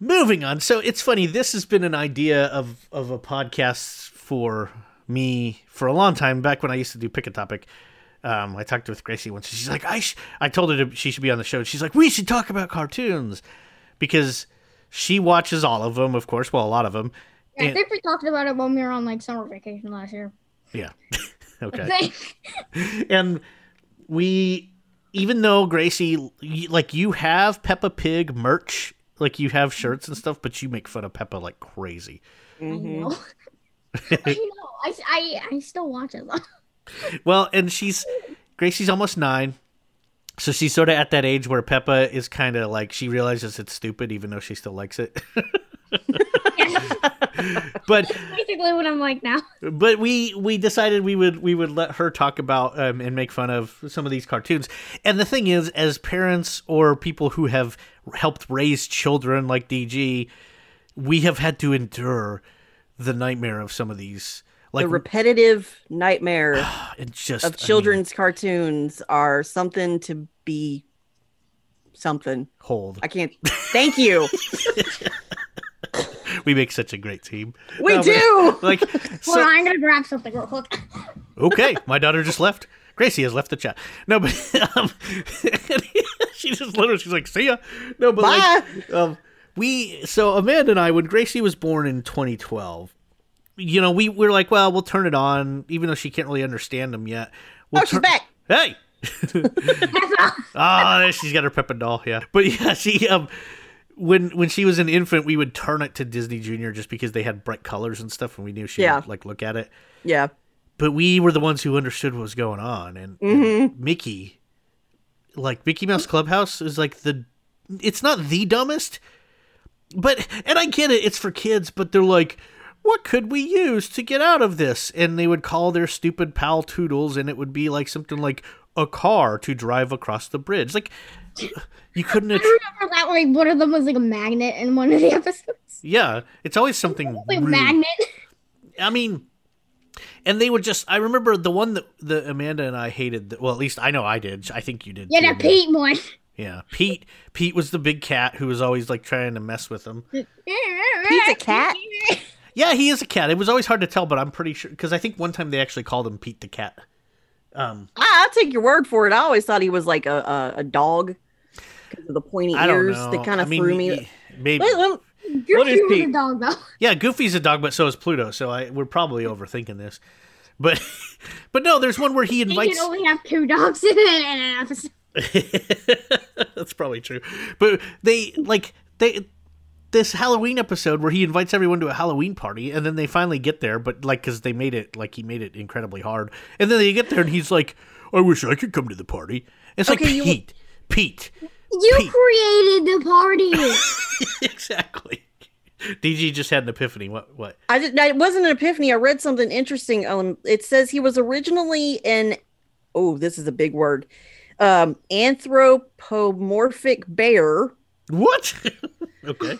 moving on. So it's funny. This has been an idea of of a podcast for me for a long time. Back when I used to do pick a topic, um, I talked with Gracie once. She's like, I sh-, I told her to, she should be on the show. She's like, we should talk about cartoons because she watches all of them, of course. Well, a lot of them. I think we talked about it when we were on like summer vacation last year. Yeah. okay. and we, even though Gracie, y- like you have Peppa Pig merch, like you have shirts and stuff, but you make fun of Peppa like crazy. Mm-hmm. I know. I know. I, I, I still watch it. though. Well, and she's Gracie's almost nine, so she's sort of at that age where Peppa is kind of like she realizes it's stupid, even though she still likes it. but Basically, what I'm like now. but we we decided we would we would let her talk about um, and make fun of some of these cartoons and the thing is as parents or people who have helped raise children like dg we have had to endure the nightmare of some of these like the repetitive nightmare it's just I of mean, children's cartoons are something to be something. hold I can't. Thank you. we make such a great team We No, but- do. like Hold so- on, I'm gonna grab something real quick. okay, my daughter just left. Gracie has left the chat. No, but um, she just literally she's like, "See ya." No, but like, um, we so Amanda and I when Gracie was born in 2012, you know, we, we were like, "Well, we'll turn it on," even though she can't really understand them yet. We'll Oh, she's turn- back. Hey. Ah, there she's got her Peppa doll. Yeah, but yeah, she um, when when she was an infant, we would turn it to Disney Junior just because they had bright colors and stuff, and we knew she Yeah. would like look at it Yeah. but we were the ones who understood what was going on and, and mickey like mickey mouse clubhouse is like the it's not the dumbest but and i get it it's for kids but they're like what could we use to get out of this and they would call their stupid pal toodles and it would be like something like a car to drive across the bridge like you couldn't I remember that like one of them was like a magnet in one of the episodes. yeah it's always something Like rude. magnet. I mean, and they would just. I remember the one that the Amanda and I hated. Well, at least I know I did. I think you did. Yeah, too, that Amanda. Pete one. Yeah, Pete. Pete was the big cat who was always like trying to mess with him. Pete's a cat? Yeah, he is a cat. It was always hard to tell, but I'm pretty sure because I think one time they actually called him Pete the cat. Um, I, I'll take your word for it. I always thought he was like a, a, a dog because of the pointy I don't ears know. that kind I of mean, threw me. y- Maybe. Wait, wait, What is is Pete? Pete? Dog, though. Yeah, Goofy's a dog, but so is Pluto. So I we're probably overthinking this, but but no, there's one where he They invites. can only have two dogs in an, in an episode. That's probably true. But they like they this Halloween episode where he invites everyone to a Halloween party and then they finally get there but like cuz they made it like he made it incredibly hard. And then they get there and he's like I wish I could come to the party. It's like Okay, you- Pete. Pete. You Pete. created the party. exactly. DG just had an epiphany. What what? I just, that wasn't an epiphany. I read something interesting. Um, it says he was originally an, oh, this is a big word, um, anthropomorphic bear. What? okay.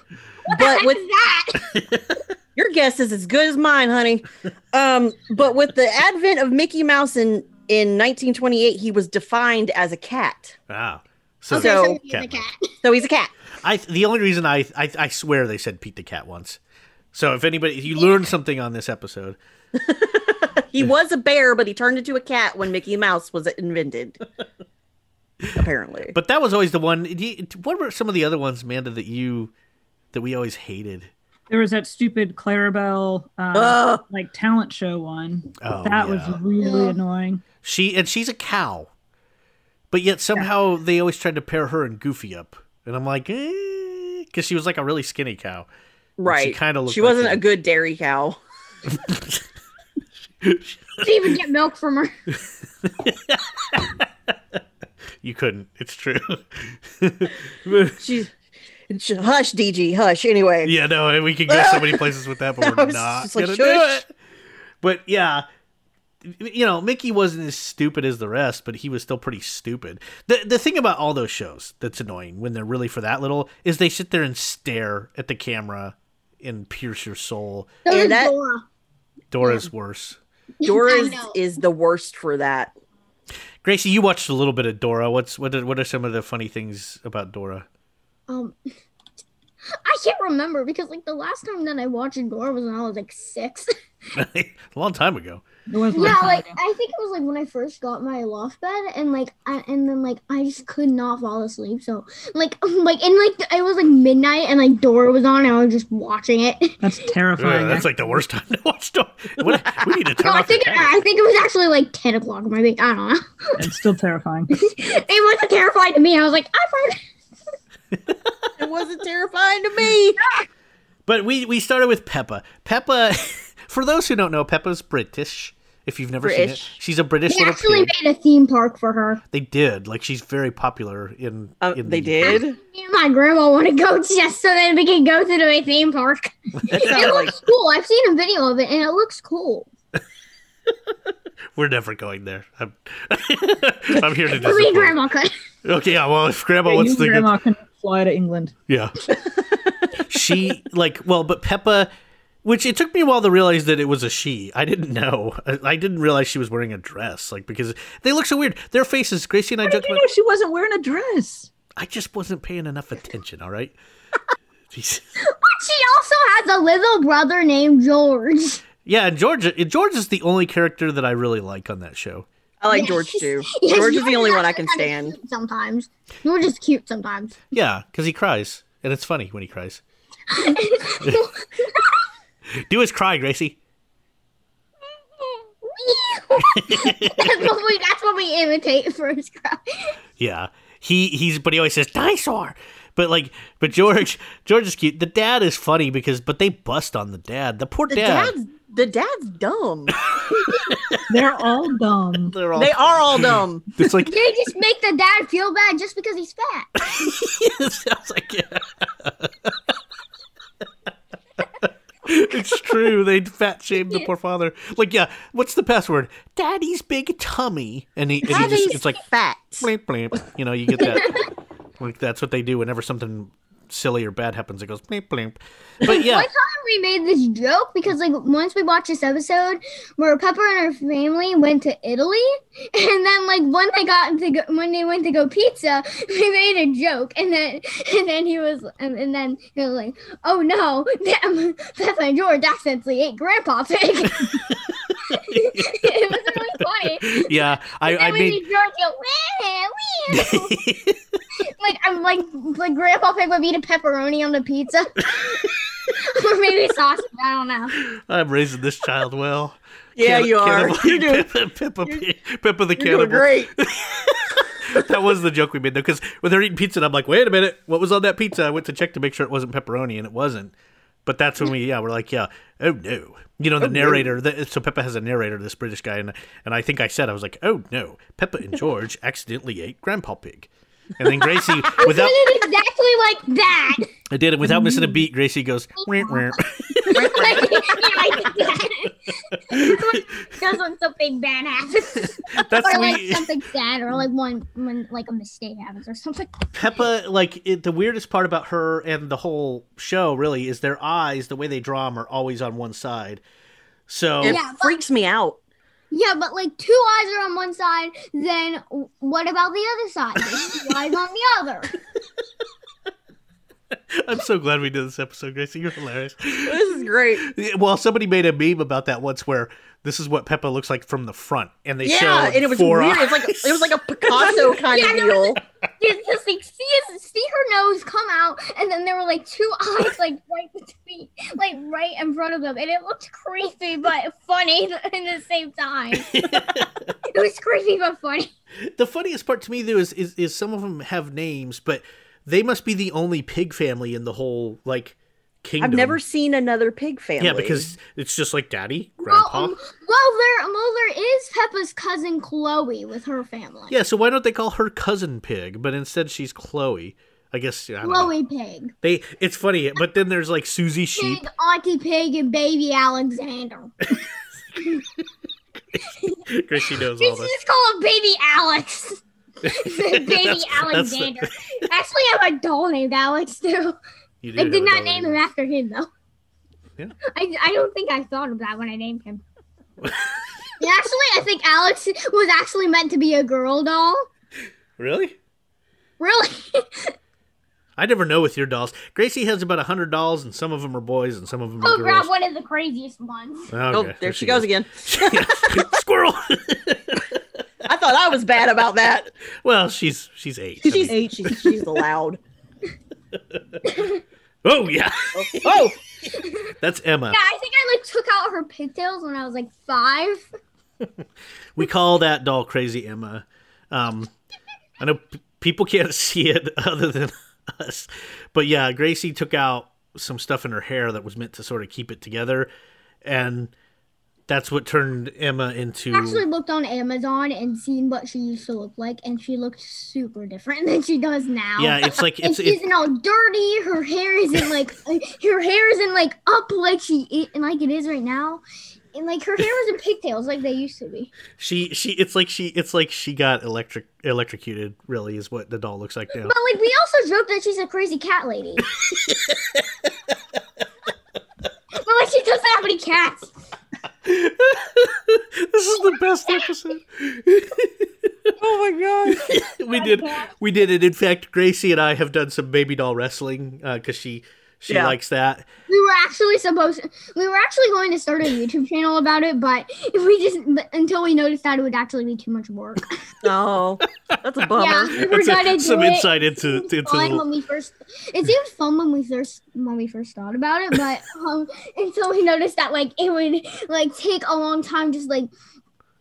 But with What's that? Your guess is as good as mine, honey. Um, but with the advent of Mickey Mouse in in 1928, he was defined as a cat. Wow. Ah. So, Okay, so So- he's a cat. So he's a cat. I the only reason I, I I swear they said Pete the cat once. So if anybody if you learned something on this episode He was a bear, but he turned into a cat when Mickey Mouse was invented. Apparently. But that was always the one. do you- What were some of the other ones, Amanda, that you that we always hated? There was that stupid Clarabelle um, Ugh. like talent show one. Oh, yeah. that was really Yeah. annoying. She and she's a cow, but yet somehow they always tried to pair her and Goofy up, and I'm like, because she was like a really skinny cow. right. kinda looked She like wasn't him. a good dairy cow. Didn't even get milk from her. You couldn't. It's true. She's sh- hush, DG, hush. Anyway. yeah, no, and we could go so many places with that, but I we're was not just like, gonna do shush. it. But yeah. You know, Mickey wasn't as stupid as the rest, but he was still pretty stupid. The the thing about all those shows that's annoying when they're really for that little is they sit there and stare at the camera and pierce your soul. So And did that- Dora. Dora's worse. Dora's I know. is the worst for that. Gracie, you watched a little bit of Dora. What's what are, what are some of the funny things about Dora? Um, I can't remember because like the last time that I watched Dora was when I was like six. a long time ago. It was yeah, like ago. I think it was like when I first got my loft bed and like I, and then like I just could not fall asleep. So like like and like it was like midnight and like Dora was on and I was just watching it. that's terrifying. Ugh, that's like the worst time to watch Dora. What- we need to turn No, I off the think camera. I think it was actually like ten o'clock maybe. I don't know. it's still terrifying. it wasn't terrifying to me. I was like, I find It wasn't terrifying to me. But we we started with Peppa. Peppa, for those who don't know, Peppa's British. If you've never seen British. it, she's a British they little actually pig. made a theme park for her. They did like she's very popular in. Oh, Um, in they the- did. Me and my grandma want to go just so that we can go to the theme park. That It sounds like looks cool. I've seen a video of it and it looks cool. We're never going there. I'm, I'm here to I mean, disappoint. grandma could. Okay, yeah. Well, if Grandma wants Your to, go, grandma can fly to England. yeah. she like well, but Peppa, which it took me a while to realize that it was a she. I didn't know. I, I didn't realize she was wearing a dress, like because they look so weird. Their faces. Gracie and I joked You about. know she wasn't wearing a dress. I just wasn't paying enough attention. All right. Jeez. She also has a little brother named George. Yeah, and George George is the only character that I really like on that show. I Yes. like George too. Yes, George is the only one I actually can kinda stand. cute Sometimes George is cute sometimes. Yeah, because he cries, and it's funny when he cries. Do his cry, Gracie. that's, what we, that's what we imitate first. cry. Yeah, he he's but he always says dinosaur. But like, but George George is cute. The dad is funny because but they bust on the dad. The poor The dad. dad's the dad's dumb. They're all dumb. They're all. They are all dumb. It's like They just make the dad feel bad just because he's fat. it sounds like it's true. They fat shamed the poor father. Like, yeah, what's the password? Daddy's big tummy, and he, and he just it's like fat. blimp blimp. You know, you get that. like that's what they do whenever something silly or bad happens. It goes blimp blimp. But yeah, One time we made this joke because like once we watched this episode where Pepper and her family went to Italy, and then like when they got to go, when they went to go pizza, we made a joke, and then and then he was and, and then he was like, "Oh no, them, Peppa and George accidentally ate Grandpa pig." it was really funny. yeah, I, And I we made made George go, "Wee, wee." like I'm like like Grandpa Pig would eat a pepperoni on the pizza. or maybe sausage, I don't know. I'm raising this child well. Yeah, Canni- you are. cannibal- You're doing, Peppa, Peppa, Pig- Peppa the you're cannibal. doing great. that was the joke we made though, because when they're eating pizza, and I'm like, wait a minute, what was on that pizza? I went to check to make sure it wasn't pepperoni, and it wasn't. But that's when we, yeah, we're like, yeah, oh no, you know, the narrator. The, so Peppa has a narrator, this British guy, and and I think I said I was like, oh no, Peppa and George accidentally ate Grandpa Pig, and then Gracie, without It is exactly like that. I did it without missing a beat. Gracie goes, "Wah, wah." Like, yeah, I did that. That's when something bad happens. that's or like we. something sad or like one when like a mistake happens or something. Peppa, like it, the weirdest part about her and the whole show really is their eyes. The way they draw them are always on one side. So It Yeah, but- freaks me out. Yeah, but like two eyes are on one side, then what about the other side? There's two eyes on the other. I'm so glad we did this episode, Gracie. You're hilarious. This is great. Well, somebody made a meme about that once where this is what Peppa looks like from the front, and they show Yeah, and it was four weird. It was eyes. like it was like a Picasso kind Yeah, of no, deal. You just like see his, see her nose come out, and then there were like two eyes like right between, like right in front of them, and it looked creepy but funny in the same time. it was creepy but funny. the funniest part to me though is, is is some of them have names, but they must be the only pig family in the whole like kingdom. I've never seen another pig family. Yeah, because it's just like Daddy, Well, Grandpa. um, Mulder, Mulder is Peppa's cousin Chloe with her family. Yeah, so why don't they call her cousin Pig, but instead she's Chloe? I guess I don't know. Chloe Pig, They it's funny, but then there's like Susie Sheep. Pig, Auntie Pig, and Baby Alexander. Chrissy knows all Just, this. just call him Baby Alex. Baby That's- that's the- Alexander. Actually, I have a doll named Alex too. You I have did a not dog name in him after him though. Yeah. I, I don't think I thought of that when I named him. Yeah, actually, I think Alex was actually meant to be a girl doll. Really? Really? I never know with your dolls. Gracie has about 100 dolls, and some of them are boys and some of them are I'll Oh, grab girls. one of the craziest ones. Okay, Oh, there she goes again. again. Squirrel! I thought I was bad about that. well, she's she's eight. I She's mean- eight. She's, she's allowed. oh, yeah. Oh, That's Emma. Yeah, I think I like took out her pigtails when I was like five. We call that doll Crazy Emma. Um, I know p- people can't see it other than us, but yeah, Gracie took out some stuff in her hair that was meant to sort of keep it together, and that's what turned Emma into. Actually looked on Amazon and seen what she used to look like, and she looked super different than she does now. yeah, it's like and it's she's it, not all dirty. Her hair isn't like uh, her hair isn't like up like she i- and like it is right now, and like her hair was in pigtails like they used to be. she she it's like she it's like she got electric electrocuted. Really, is what the doll looks like now. But like we also joke that she's a crazy cat lady. but like she doesn't have any cats. this is the best episode. oh my god. we did we did it in fact gracie and i have done some baby doll wrestling because she she Yeah. likes that We were actually supposed we were actually going to start a YouTube channel about it, but if we just but until we noticed that it would actually be too much work. Oh, that's a bummer. Yeah, we were That's a- gonna do some it. insight into It into seemed fun the, when we first. It seemed fun when we first when we first thought about it, but um, until we noticed that like it would like take a long time, just like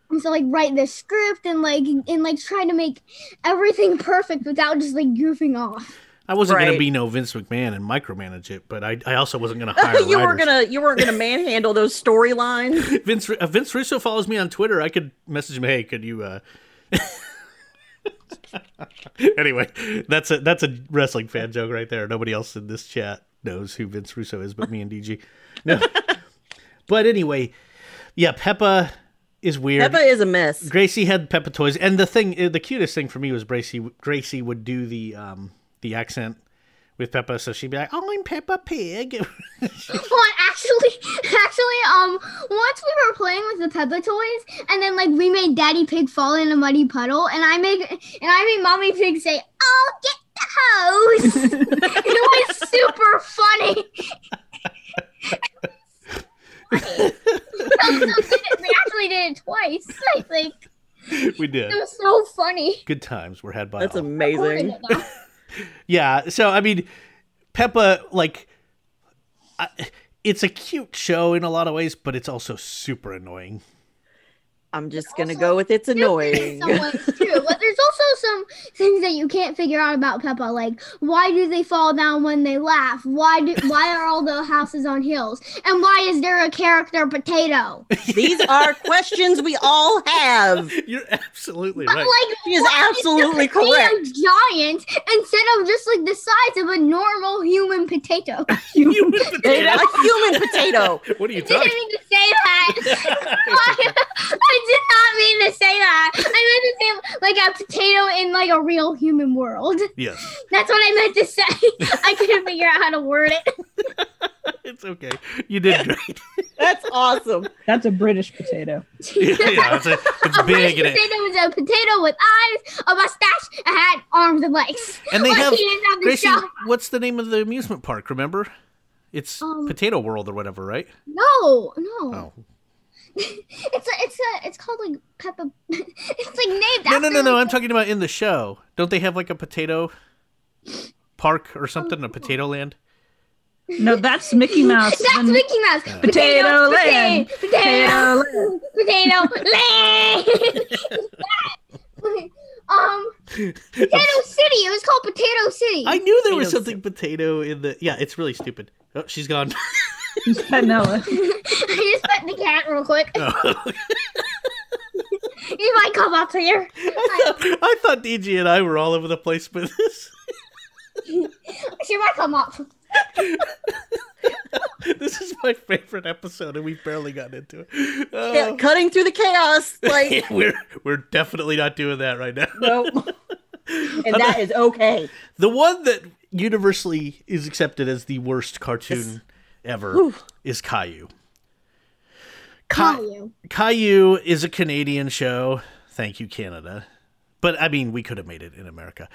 and so like write the script and like and like try to make everything perfect without just like goofing off. i wasn't gonna Right. be no vince mcmahon and micromanage it but i, I also wasn't gonna hire you were writers. gonna you weren't gonna manhandle those storylines. vince if vince russo follows me on twitter i could message him hey could you uh anyway that's a that's a wrestling fan joke right there nobody else in this chat knows who vince russo is but me and dg no but anyway yeah peppa is weird Peppa is a mess. Gracie had Peppa toys, and the thing, uh, the cutest thing for me was Gracie. Gracie would do the um the accent with Peppa, so she'd be like, "Oh, I'm Peppa Pig." Well, actually, actually, um, once we were playing with the Peppa toys, and then like we made Daddy Pig fall in a muddy puddle, and I make and I made Mommy Pig say, "Oh, get the hose." it was super funny. we actually did it twice. I think we did. it was so funny. Good times were had by That's all. amazing. yeah. So I mean, Peppa like, I, it's a cute show in a lot of ways, but it's also super annoying. I'm just gonna go with it's annoying. Someone's true, but there's also some things that you can't figure out about Peppa, like why do they fall down when they laugh? Why do why are all the houses on hills? And why is there a character potato? These are questions we all have. You're absolutely But right. like She is why the absolutely potato correct. Giant instead of just like the size of a normal human potato. You- A human potato. what are you Didn't talking? mean to say that. Why- I did not mean to say that. I meant to say like a potato in like a real human world. yes. That's what I meant to say. I couldn't figure out how to word it. It's okay. You did great. That's awesome. That's a British potato. yeah, it's, a, it's A big British and it, potato is a potato with eyes, a mustache, a hat, arms, and legs. and they Like, have he didn't have the Gracie, shell. what's the name of the amusement park? Remember, it's Um, Potato World or whatever, right? No, Oh, no. It's a, it's a, it's called like Peppa. it's like named no, after. no, no, no! like, I'm talking about in the show. Don't they have like a potato park or something? Oh. A potato land? No, that's Mickey Mouse. That's and- Mickey Mouse. Potato land. Potato. Potato land. um, Potato City. It was called Potato City. I knew there was Potato something potato in the. Yeah, it's really stupid. Oh, she's gone. He's Penella. I just pet the cat real quick. Oh. He might come up here. I, thought, I thought DG and I were all over the place with this. She might come up. This is my favorite episode, and we've barely gotten into it. Yeah, Oh. cutting through the chaos. Like, we're we're definitely not doing that right now. nope. And that is okay. The one that universally is accepted as the worst cartoon ever Whew. is Caillou. Ca- Call you. Caillou is a Canadian show. Thank you, Canada. But I mean, we could have made it in America.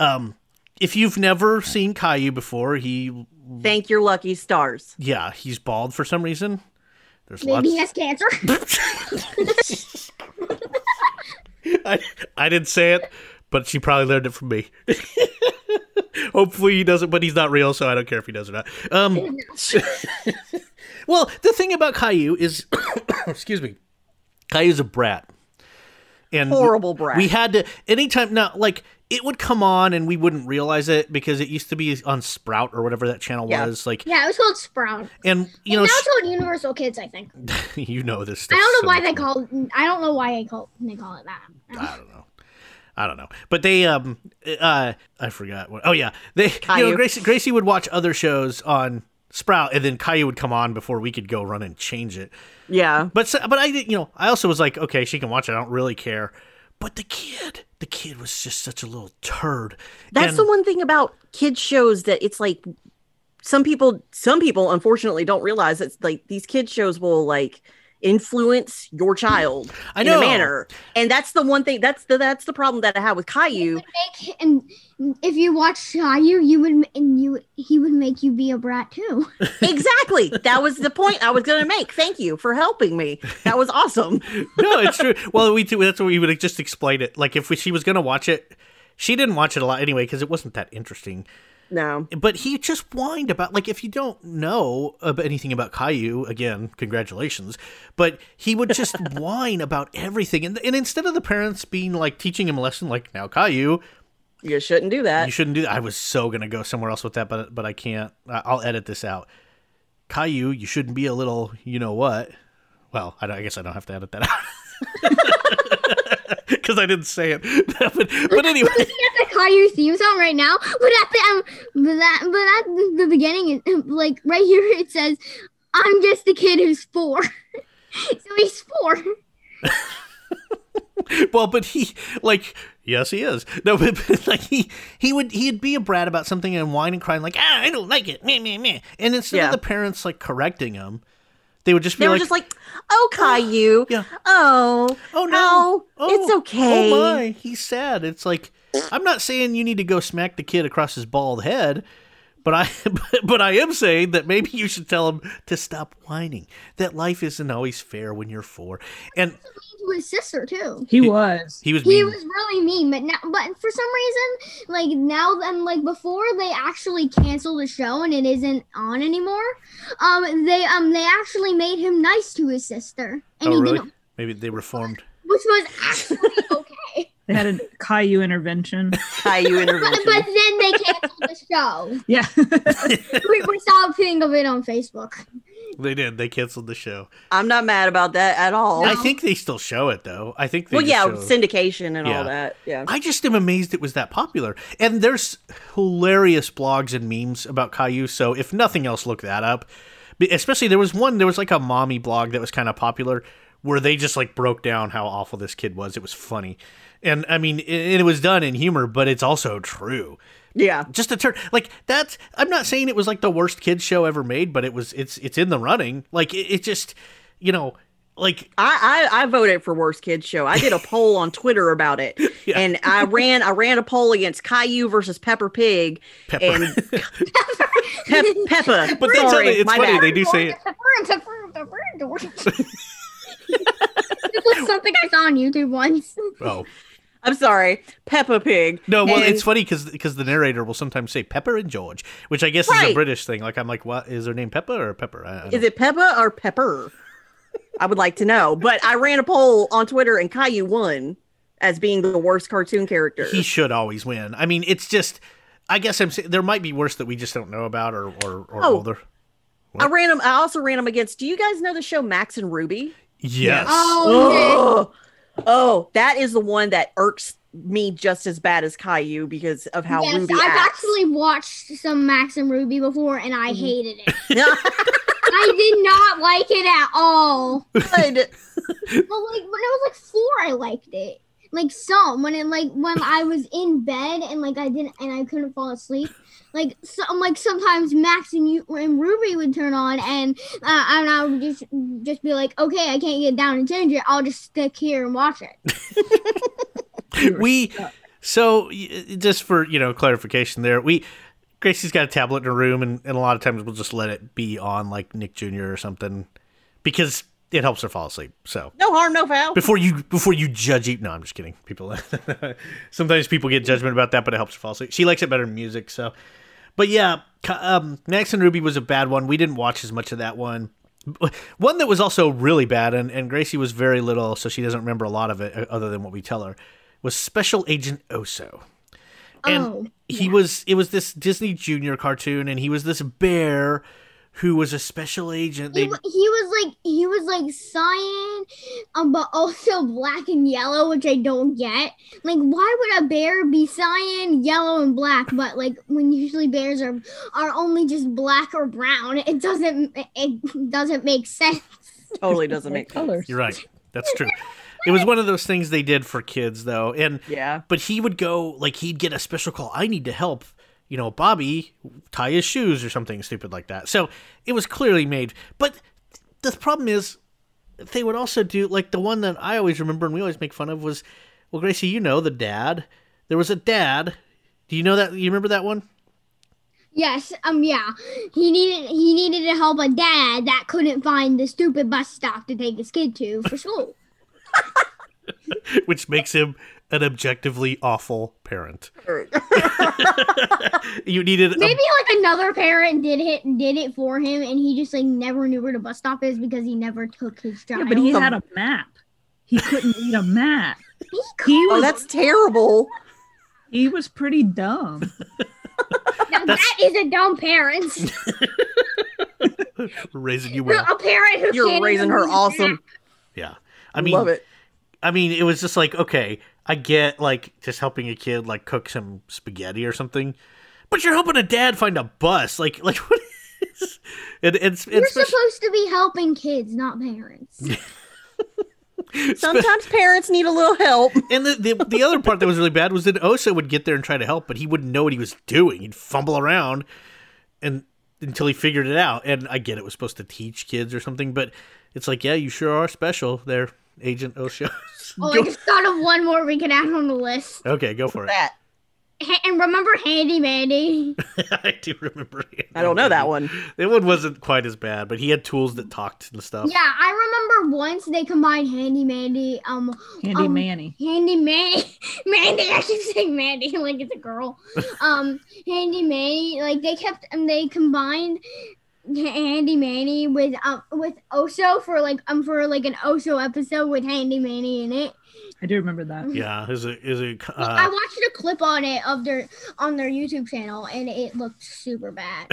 Um, if you've never seen Caillou before, he Thank your lucky stars. yeah, he's bald for some reason. There's Maybe he lots. has cancer. I, I didn't say it, but she probably learned it from me. Hopefully he doesn't, but he's not real, so I don't care if he does or not. Um, well, the thing about Caillou is, excuse me, Caillou's a brat, and Horrible brat. We had to anytime now, like it would come on and we wouldn't realize it because it used to be on Sprout or whatever that channel Yeah. was. Like, yeah, it was called Sprout. and you know, And now sh- it's called Universal Kids, I think. you know this. I Stuff don't know why they they call. It, I don't know why they call. They call it that. I don't know. I don't know. But they um uh I forgot what. Oh yeah. They you know Caillou. Gracie Gracie would watch other shows on Sprout and then Caillou would come on before we could go run and change it. Yeah. But so, but I did you know, I also was like, okay, she can watch it. I don't really care. But the kid, the kid was just such a little turd. That's And- the one thing about kids shows that it's like some people some people unfortunately don't realize it's like these kids shows will like influence your child I in know. a manner. And that's the one thing that's the that's the problem that I had with Caillou. Make and if you watch Caillou, you would m- and you he would make you be a brat too. exactly. That was the point I was going to make. Thank you for helping me. That was awesome. no, it's true. Well, we do. That's what we would just explain it. Like if we, she was gonna watch it, she didn't watch it a lot anyway because it wasn't that interesting. No. but he just whined about like if you don't know ab- anything about Caillou, again, congratulations. But he would just whine about everything, and and instead of the parents being like teaching him a lesson, like now Caillou, You shouldn't do that. you shouldn't do that. I was so gonna go somewhere else with that, but but I can't. I- I'll edit this out. Caillou, you shouldn't be a little, you know what? Well, I, don't- I guess I don't have to edit that out because I didn't say it. but, but anyway, the Caillou theme song right now, but at the um, but that but at the beginning, it, like right here, it says, "I'm just a kid who's four. so he's four. well, but he like yes, he is. No, but, but, like he he would he'd be a brat about something and whine and cry and like ah, I don't like it, meh meh meh. And instead Yeah. of the parents like correcting him, they would just be they were like, just like, "Oh, Caillou. Yeah. Oh, oh oh, no, oh, it's okay." Oh my, he's sad. It's like I'm not saying you need to go smack the kid across his bald head. But I, but, but I am saying that maybe you should tell him to stop whining. That life isn't always fair when you're four, and To his sister too. He was. he was He mean. was really mean, but now, but for some reason, like now and like before, they actually canceled the show and it isn't on anymore. Um, they um they actually made him nice to his sister, and oh he really? didn't, Maybe they reformed. which was actually okay. They had a Caillou intervention. Caillou intervention. but then they canceled the show. Yeah. We, we saw a thing of it on Facebook. They did. They canceled the show. I'm not mad about that at all. I think they still show it though. I think they well, just yeah, show- syndication and Yeah. all that. Yeah. I just am amazed it was that popular. And there's hilarious blogs and memes about Caillou, so if nothing else look that up. Be- Especially there was one there was like a mommy blog that was kind of popular where they just like broke down how awful this kid was. It was funny. And I mean, it, it was done in humor, but it's also true. Yeah. Just a turn like that's I'm not saying it was like the worst kids show ever made, but it was it's it's in the running. Like it, it just, you know, like I, I I voted for worst kids show. I did a poll on Twitter about it, Yeah. and I ran I ran a poll against Caillou versus Pepper Pig Pepper. and Pe- Peppa. But they tell Sorry, me- it's my funny, bad. they do say it. this was something I saw on YouTube once. Oh I'm sorry, Peppa Pig. no! Well, And- it's funny because the narrator will sometimes say Pepper and George, which I guess is a Right. British thing. Like I'm like, what is her name, Peppa or Pepper? I, I don't- Is it Peppa or Pepper? I would like to know. But I ran a poll on Twitter and Caillou won as being the worst cartoon character. he should always win. I mean, it's just. I guess I'm. saying There might be worse that we just don't know about or or, or Oh. older. I ran him. I also ran him against. Do you guys know the show Max and Ruby? Yes. Oh, Oh, oh, that is the one that irks me just as bad as Caillou because of how yes, Ruby I've acts. Mm-hmm. actually watched some Max and Ruby before, and I hated it. I did not like it at all. But Good. like when I was like four, I liked it. Like some when it like when I was in bed and like I didn't and I couldn't fall asleep. Like some like sometimes Max and you and Ruby would turn on and uh, and I would just just be like, okay, I can't get down and change it. I'll just stick here and watch it. we So y- just for you know clarification, there we Gracie's got a tablet in her room, and, and a lot of times we'll just let it be on like Nick Jr. or something because it helps her fall asleep. So No harm, no foul. before you before you judge it, no, I'm just kidding. People sometimes people get judgment about that, but it helps her fall asleep. She likes it better than music, so. But yeah, Ca- um, Max and Ruby was a bad one. We didn't watch as much of that one. One that was also really bad, and, and Gracie was very little, so she doesn't remember a lot of it uh, other than what we tell her, was Special Agent Oso. And oh, he was, it was this Disney Junior cartoon, and he was this bear who was a special agent. he, They, wa- he was like he was like cyan, um, but also black and yellow, which I don't get. Like, why would a bear be cyan, yellow, and black? But like, when usually bears are are only just black or brown, it doesn't it doesn't make sense. totally doesn't make sense. you're right. That's true. It was one of those things they did for kids, though. And Yeah. but he would go like he'd get a special call i need to help you know bobby tie his shoes or something stupid like that so it was clearly made but the problem is they would also do like the one that i always remember and we always make fun of was well gracie you know the dad there was a dad do you know that you remember that one Yes, um, yeah, he needed he needed to help a dad that couldn't find the stupid bus stop to take his kid to for school. which makes him an objectively awful parent Oh, you needed a- Maybe like another parent did it did it for him, and he just like never knew where the bus stop is because he never took his Yeah, child. but he Some- had a map. He couldn't read a map. He He Oh, was that's terrible. he was pretty dumb. Now, that is a dumb parent. raising you well a parent who You're can't raising even her read awesome. yeah i mean love it. I mean, it was just like, okay, I get like just helping a kid like cook some spaghetti or something, but you're helping a dad find a bus. Like, like what is? And and, and You're spec- supposed to be helping kids, not parents. Sometimes parents need a little help. and the, the the other part that was really bad was that Osa would get there and try to help, but he wouldn't know what he was doing. He'd fumble around, and until he figured it out. And I get it was supposed to teach kids or something, but it's like, yeah, you sure are special, there, Agent Osha. oh, I just thought of one more we could add on the list. okay, go for it. That Ha- and remember Handy Mandy? I do remember. I don't know that one. That one wasn't quite as bad, but he had tools that talked and stuff. yeah, I remember once they combined Handy Mandy, um, Handy Um, Manny. Handy Manny, Mandy. I keep saying Mandy like it's a girl. Um, Handy Manny. Like they kept and they combined Handy Manny with um with Oso for like um for like an Oso episode with Handy Manny in it. I do remember that. Yeah, is it is it? I Uh, watched a clip on it of their on their YouTube channel and it looked super bad.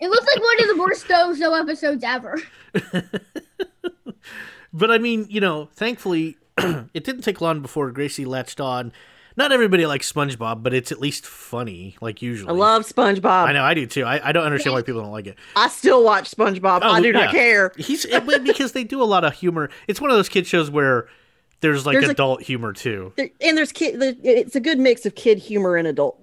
it looked like one of the worst Oso episodes ever. but I mean, you know, thankfully, it didn't take long before Gracie latched on. Not everybody likes SpongeBob, but it's at least funny, like usually. I love SpongeBob. I I, know I do too. I, I don't understand why people don't like it. still watch SpongeBob. Oh, I do not yeah. care. He's it, well, because they do a lot of humor. It's one of those kid shows where there's like There's a- adult humor too. There, and there's kid. There, it's a good mix of kid humor and adult.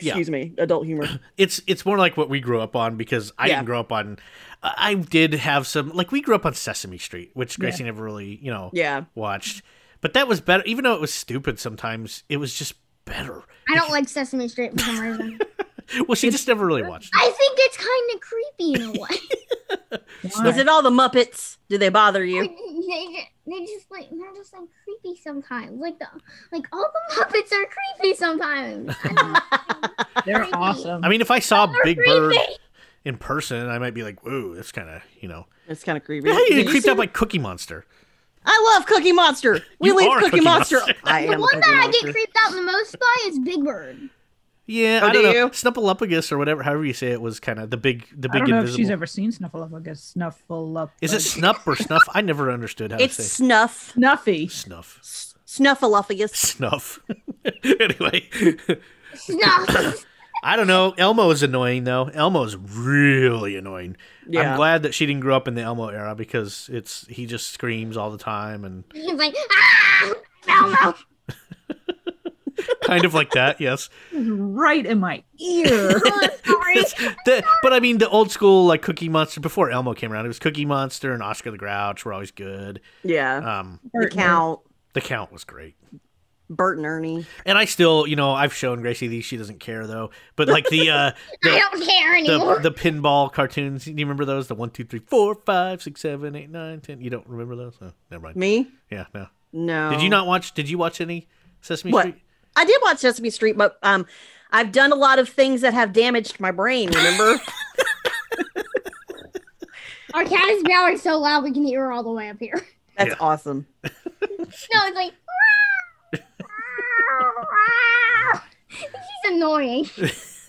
Yeah. Excuse me, adult humor. it's it's more like what we grew up on because I Yeah. didn't grow up on. I I did have some like we grew up on Sesame Street, which Gracie never really you know Yeah, watched, but that was better. Even though it was stupid sometimes, it was just better. I don't like Sesame Street for some reason. Well, she just never really watched. I think it's kind of creepy in a way. Why? is it all the Muppets? Do they bother Like, you? they, ju- they just like they're just like creepy sometimes. Like the like all the Muppets are creepy sometimes. I don't know. They're awesome. I mean, if I saw They're Big Bird creepy. in person, I might be like, "Whoa, that's kind of you know." It's kind of creepy. How Did you you creeped see- out by Cookie Monster? I love Cookie Monster. We You leave are Cookie, Cookie Monster. Monster. I The am one Cookie that I Monster. get creeped out the most by is Big Bird. Yeah, Oh, I do don't know. you? Snuffleupagus or whatever, however you say it, was kind of the big, the I big don't know if invisible. she's ever seen Snuffleupagus. Snuffleupagus. Is it Snuff or Snuff? I never understood how to It's say Snuff. Snuffy? Snuff. S- Snuffleupagus. Snuff. anyway, No, I don't know. Elmo is annoying though. Elmo's really annoying. I'm Yeah. glad that she didn't grow up in the Elmo era because it's he just screams all the time and he's like ah, no, no. kind of like that. Yes. Right in my ear. Oh, sorry. It's the, but I mean the old school like Cookie Monster before Elmo came around. It was Cookie Monster and Oscar the Grouch were always good. Yeah. Um, The Bert- count. the Count was great. Bert and Ernie. And I still, you know, I've shown Gracie these. She doesn't care though. But like the uh, I the, don't care the anymore. the pinball cartoons. Do you remember those? The one, two, three, four, five, six, seven, eight, nine, ten. You don't remember those? Oh, never mind. Me? Yeah, no. No. Did you not watch? Did you watch any Sesame What? Street? I did watch Sesame Street, but um, I've done a lot of things that have damaged my brain. Remember? Our cat is meowing so loud we can hear her all the way up here. That's Yeah. awesome. No, it's like. "Ah, She's annoying. She's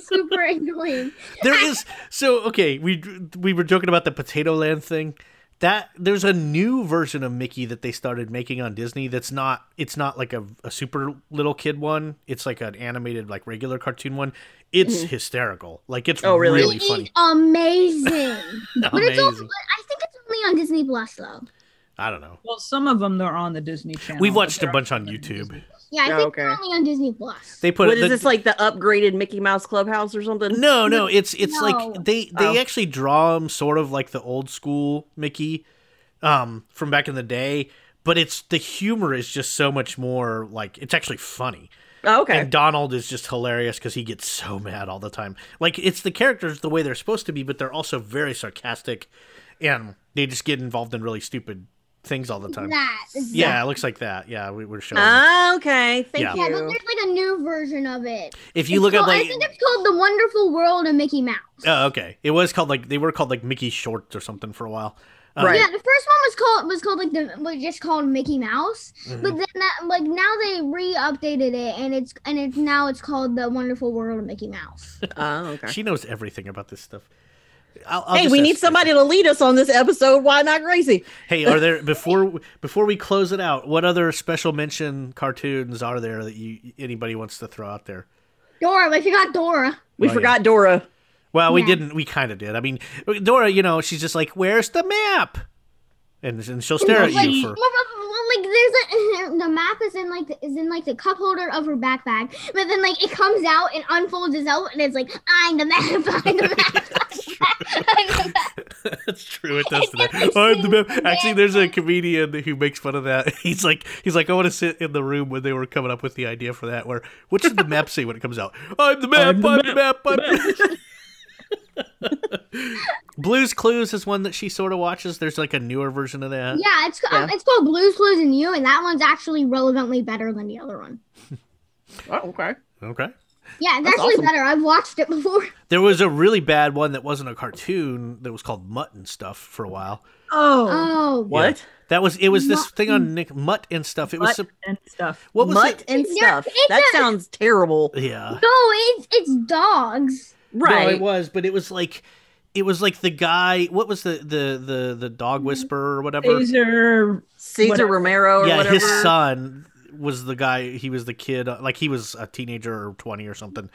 super annoying. there is so okay we we were joking about the potato land thing that there's a new version of mickey that they started making on disney that's not it's not like a, a super little kid one it's like an animated like regular cartoon one it's hysterical like it's Mm-hmm. Oh, really? really It is funny amazing. But it's also, amazing I think it's only on Disney Plus though. i don't know Well, some of them they're on the Disney Channel. We've but watched a they're bunch on on YouTube. Disney. Yeah, I Oh, think okay. it's only on Disney Plus. they put what is the- this like the upgraded Mickey Mouse Clubhouse or something? no no it's it's No. like they they Oh. actually draw him sort of like the old school mickey um from back in the day but it's the humor is just so much more like it's actually funny Oh, okay. And Donald is just hilarious because he gets so mad all the time. Like it's the characters the way they're supposed to be, but they're also very sarcastic, and they just get involved in really stupid things all the time. That. Yeah, it looks like that. Yeah, we were showing. Ah, okay. Thank Yeah, but you. there's like a new version of it. if you It's look up called- I like, think it's called The Wonderful World of Mickey Mouse. oh, okay, it was called like they were called like Mickey Shorts or something for a while. Um, Right. Yeah, the first one was called was called like the was just called Mickey Mouse, mhm. but then that, like now they re-updated it and it's and it's now it's called The Wonderful World of Mickey Mouse. Oh, okay. She knows everything about this stuff. I'll, I'll hey, just we ask need her. somebody to lead us on this episode. Why not Gracie? Hey, are there before before we close it out? What other special mention cartoons are there that you anybody wants to throw out there? Dora, we forgot Dora. We Oh, yeah. forgot Dora. Well, we Yeah. didn't. We kind of did. I mean, Dora, you know, she's just like, "Where's the map?" And, and she'll stare at like, you for. well, well, well, like there's a the map is in like the, is in like the cup holder of her backpack, but then like it comes out and unfolds itself and it's like I'm the map, I'm the map, I'm the map. That's true. It does. It's that. every I'm the map. single Actually, damn there's a time. comedian who makes fun of that. He's like, he's like, I want to sit in the room when they were coming up with the idea for that. Where what should the map say when it comes out? I'm the map. I'm I'm the the map. I'm the Blue's Clues is one that she sort of watches. There's like a newer version of that. Yeah, it's um, Yeah. it's called Blues Clues and You, and that one's actually relevantly better than the other one. Oh, okay. Okay. Yeah, it's That's actually awesome. better. I've watched it before. There was a really bad one that wasn't a cartoon that was called Mutt and Stuff for a while. Um, Oh, Oh, What? That was it. Was this Mutt- thing on Nick Mutt and stuff? It was mm. Mutt. sup- and stuff. what was Mutt and It's not- stuff. it's That not- sounds terrible. it? Yeah, no, it's it's dogs. No, Right. it was, but it was like, it was like the guy. What was the the the the dog whisperer or whatever? Caesar. Caesar Whatever. Romero Mm-hmm. or yeah, whatever. his son was the guy. He was the kid. uh, Like he was a teenager or twenty or something,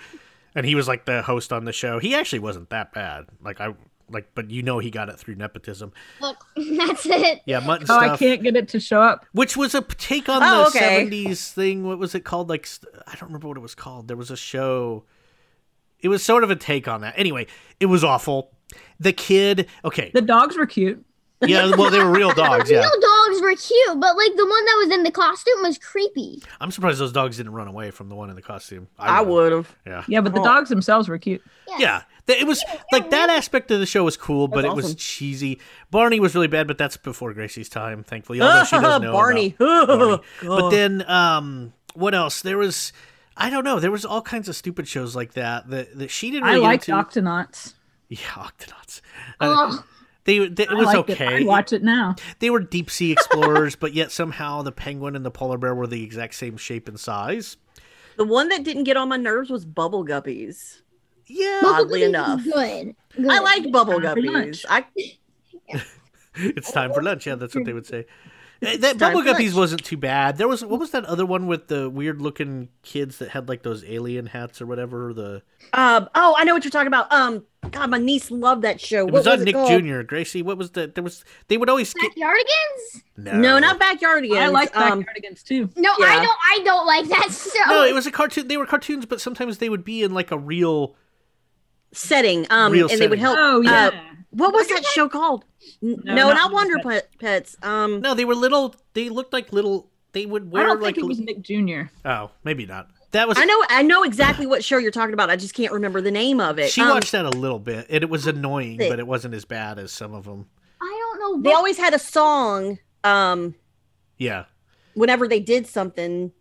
and he was like the host on the show. He actually wasn't that bad. Like I like, but you know, he got it through nepotism. Look, that's it. Yeah, Mutt and Oh, I stuff. can't get it to show up. which was a p- take on Oh, the okay. 70s thing what was it called like st- i don't remember what it was called there was a show it was sort of a take on that anyway it was awful the kid okay The dogs were cute. yeah well they were real dogs Real yeah dogs were cute, but like the one that was in the costume was creepy. i'm surprised those dogs didn't run away from the one in the costume I would have. yeah Yeah, but the Oh. dogs themselves were cute. yeah Th- it was like that aspect of the show was cool but That's it was awesome. cheesy barney was really bad but that's before gracie's time thankfully although she does know about- Barney. Barney. but God. then um what else there was i don't know there was all kinds of stupid shows like that that, that she didn't I really get liked into. Octonauts. yeah octonauts Uh, Oh, they, they it I was liked okay It. I watch it now. they were deep sea explorers but yet somehow the penguin and the polar bear were the exact same shape and size The one that didn't get on my nerves was Bubble Guppies. yeah Well- Bubble oddly Guppies is enough. good. good. I liked Bubble Time for Guppies. lunch. I it's time for lunch yeah that's what they would say Uh, that time Bubble for Guppies lunch. wasn't too bad. There was what was that other one with the weird looking kids that had like those alien hats or whatever. The um oh, I know what you're talking about. Um God, my niece loved that show. it What was on Nick called? Jr. Gracie. What was the there was they would always get Backyardigans? No, not Backyardigans. I liked um, Backyardigans too. No, Yeah. I don't. I don't like that show. No, Oh. it was a cartoon. They were cartoons, but sometimes they would be in like a real. setting. Um Real and they would setting. help Oh uh, yeah. what was that show called? N- No, No, not not Wonder Wonder Pet- Pets. Um No, they were little. They looked like little. They would I wear don't like think it was Nick Jr. oh, maybe not. That was I know I know exactly what show you're talking about. I just can't remember the name of it. she Um, watched that a little bit, and it was annoying, Sick. but it wasn't as bad as some of them. I don't know. they what- always had a song um Yeah, whenever they did something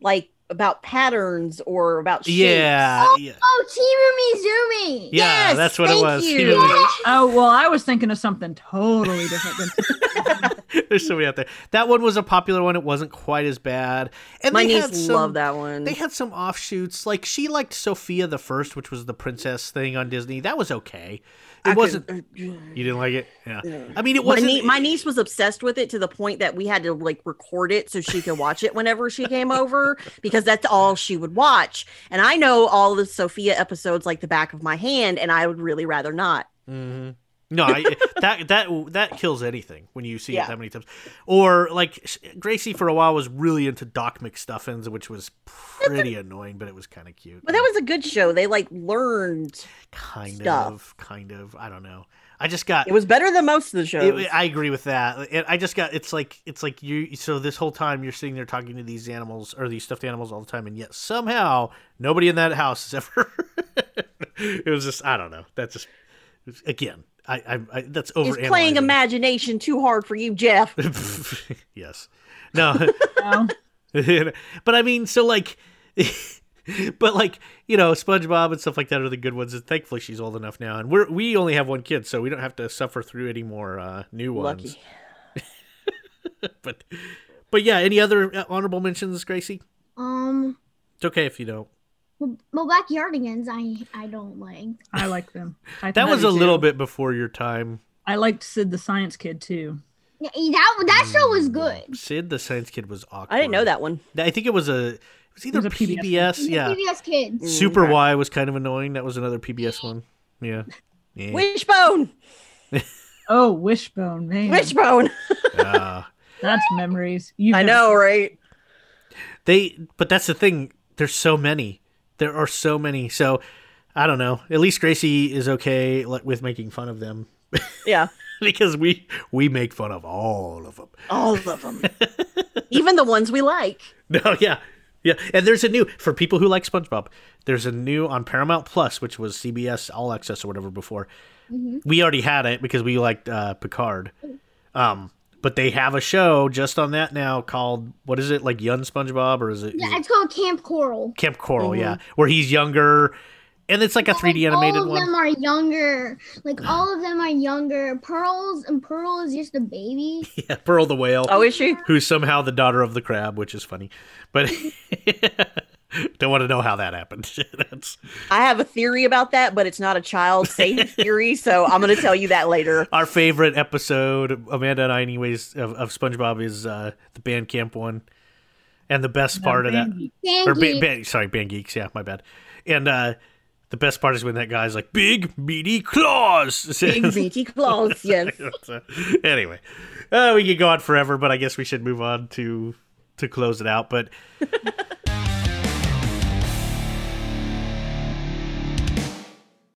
like about patterns or about shapes. yeah, yeah, oh, Chirumi Zumi. yeah. Yes, That's what it thank was. you. know, Yeah. Oh well, I was thinking of something totally different. Than- There's so many out there. That one was a popular one. It wasn't quite as bad. And My they niece had some, loved that one. They had some offshoots. Like she liked Sophia the First, which was the princess thing on Disney. That was okay. It I could- wasn't. uh, You didn't like it? Yeah. no. I mean, it my, wasn't. nie- my niece was obsessed with it to the point that we had to like record it so she could watch it whenever she came over because that's all she would watch. And I know all the Sophia episodes like the back of my hand, and I would really rather not. hmm No, I, that that that kills anything when you see Yeah. it that many times. Or like sh- Gracie for a while was really into Doc McStuffins, which was pretty annoying, but it was kind of cute. But that was a good show. They like learned. kind stuff. of kind of. I don't know. I just got It was better than most of the It- shows. I agree with that. It, I just got it's like it's like you. So this whole time you're sitting there talking to these animals or these stuffed animals all the time, and yet somehow nobody in that house is ever. it was just I don't know. That's just again. I, I, I that's over. Is playing imagination too hard for you, Jeff? yes. No. no. but I mean, so like, but like you know, SpongeBob and stuff like that are the good ones. And thankfully, she's old enough now, and we're we only have one kid, so we don't have to suffer through any more uh, new ones. Lucky. but but yeah any other uh, honorable mentions gracie Um, it's okay if you don't well, well, backyardigans, I I don't like. I like them. I that think was I a do, too. little bit before your time I liked Sid the Science Kid too. Yeah, e, that that show Mm. was good. sid the science kid was awkward I didn't know that one. i think it was a it was either was a pbs, PBS. yeah PBS Kids. super Okay. y was kind of annoying that was another pbs one yeah yeah Wishbone, Oh, Wishbone, man, wishbone. Uh, that's memories. You, I know, right? they but that's the thing there's so many there are so many so i don't know at least gracie is okay like, with making fun of them Yeah, because we we make fun of all of them all of them, even the ones we like. No, yeah. Yeah. And there's a new for people who like SpongeBob, there's a new on Paramount Plus, which was CBS All Access or whatever before. We already had it because we liked uh, Picard. Um but they have a show just on that now called what is it like Young SpongeBob or is it, is Yeah, it it's called Camp Coral. Camp Coral? Yeah, Mm-hmm. where he's younger, and it's like a 3D all animated of one. them are younger. Like all of them are younger. Pearls and Pearl is just a baby. Yeah, Pearl the whale. Oh, is she? who's somehow the daughter of the crab, which is funny, but don't want to know how that happened. That's I have a theory about that, but it's not a child safe theory, so I'm going to tell you that later. our favorite episode, Amanda and I, anyways, of, of SpongeBob is uh, the band camp one, and the best part of that, Thank or ba- you. Ban- sorry, band geeks, yeah, my bad. And uh, the best part is when that guy's like, "Big meaty claws." Big meaty claws, yes. So, anyway, uh, we could go on forever, but I guess we should move on to to close it out. But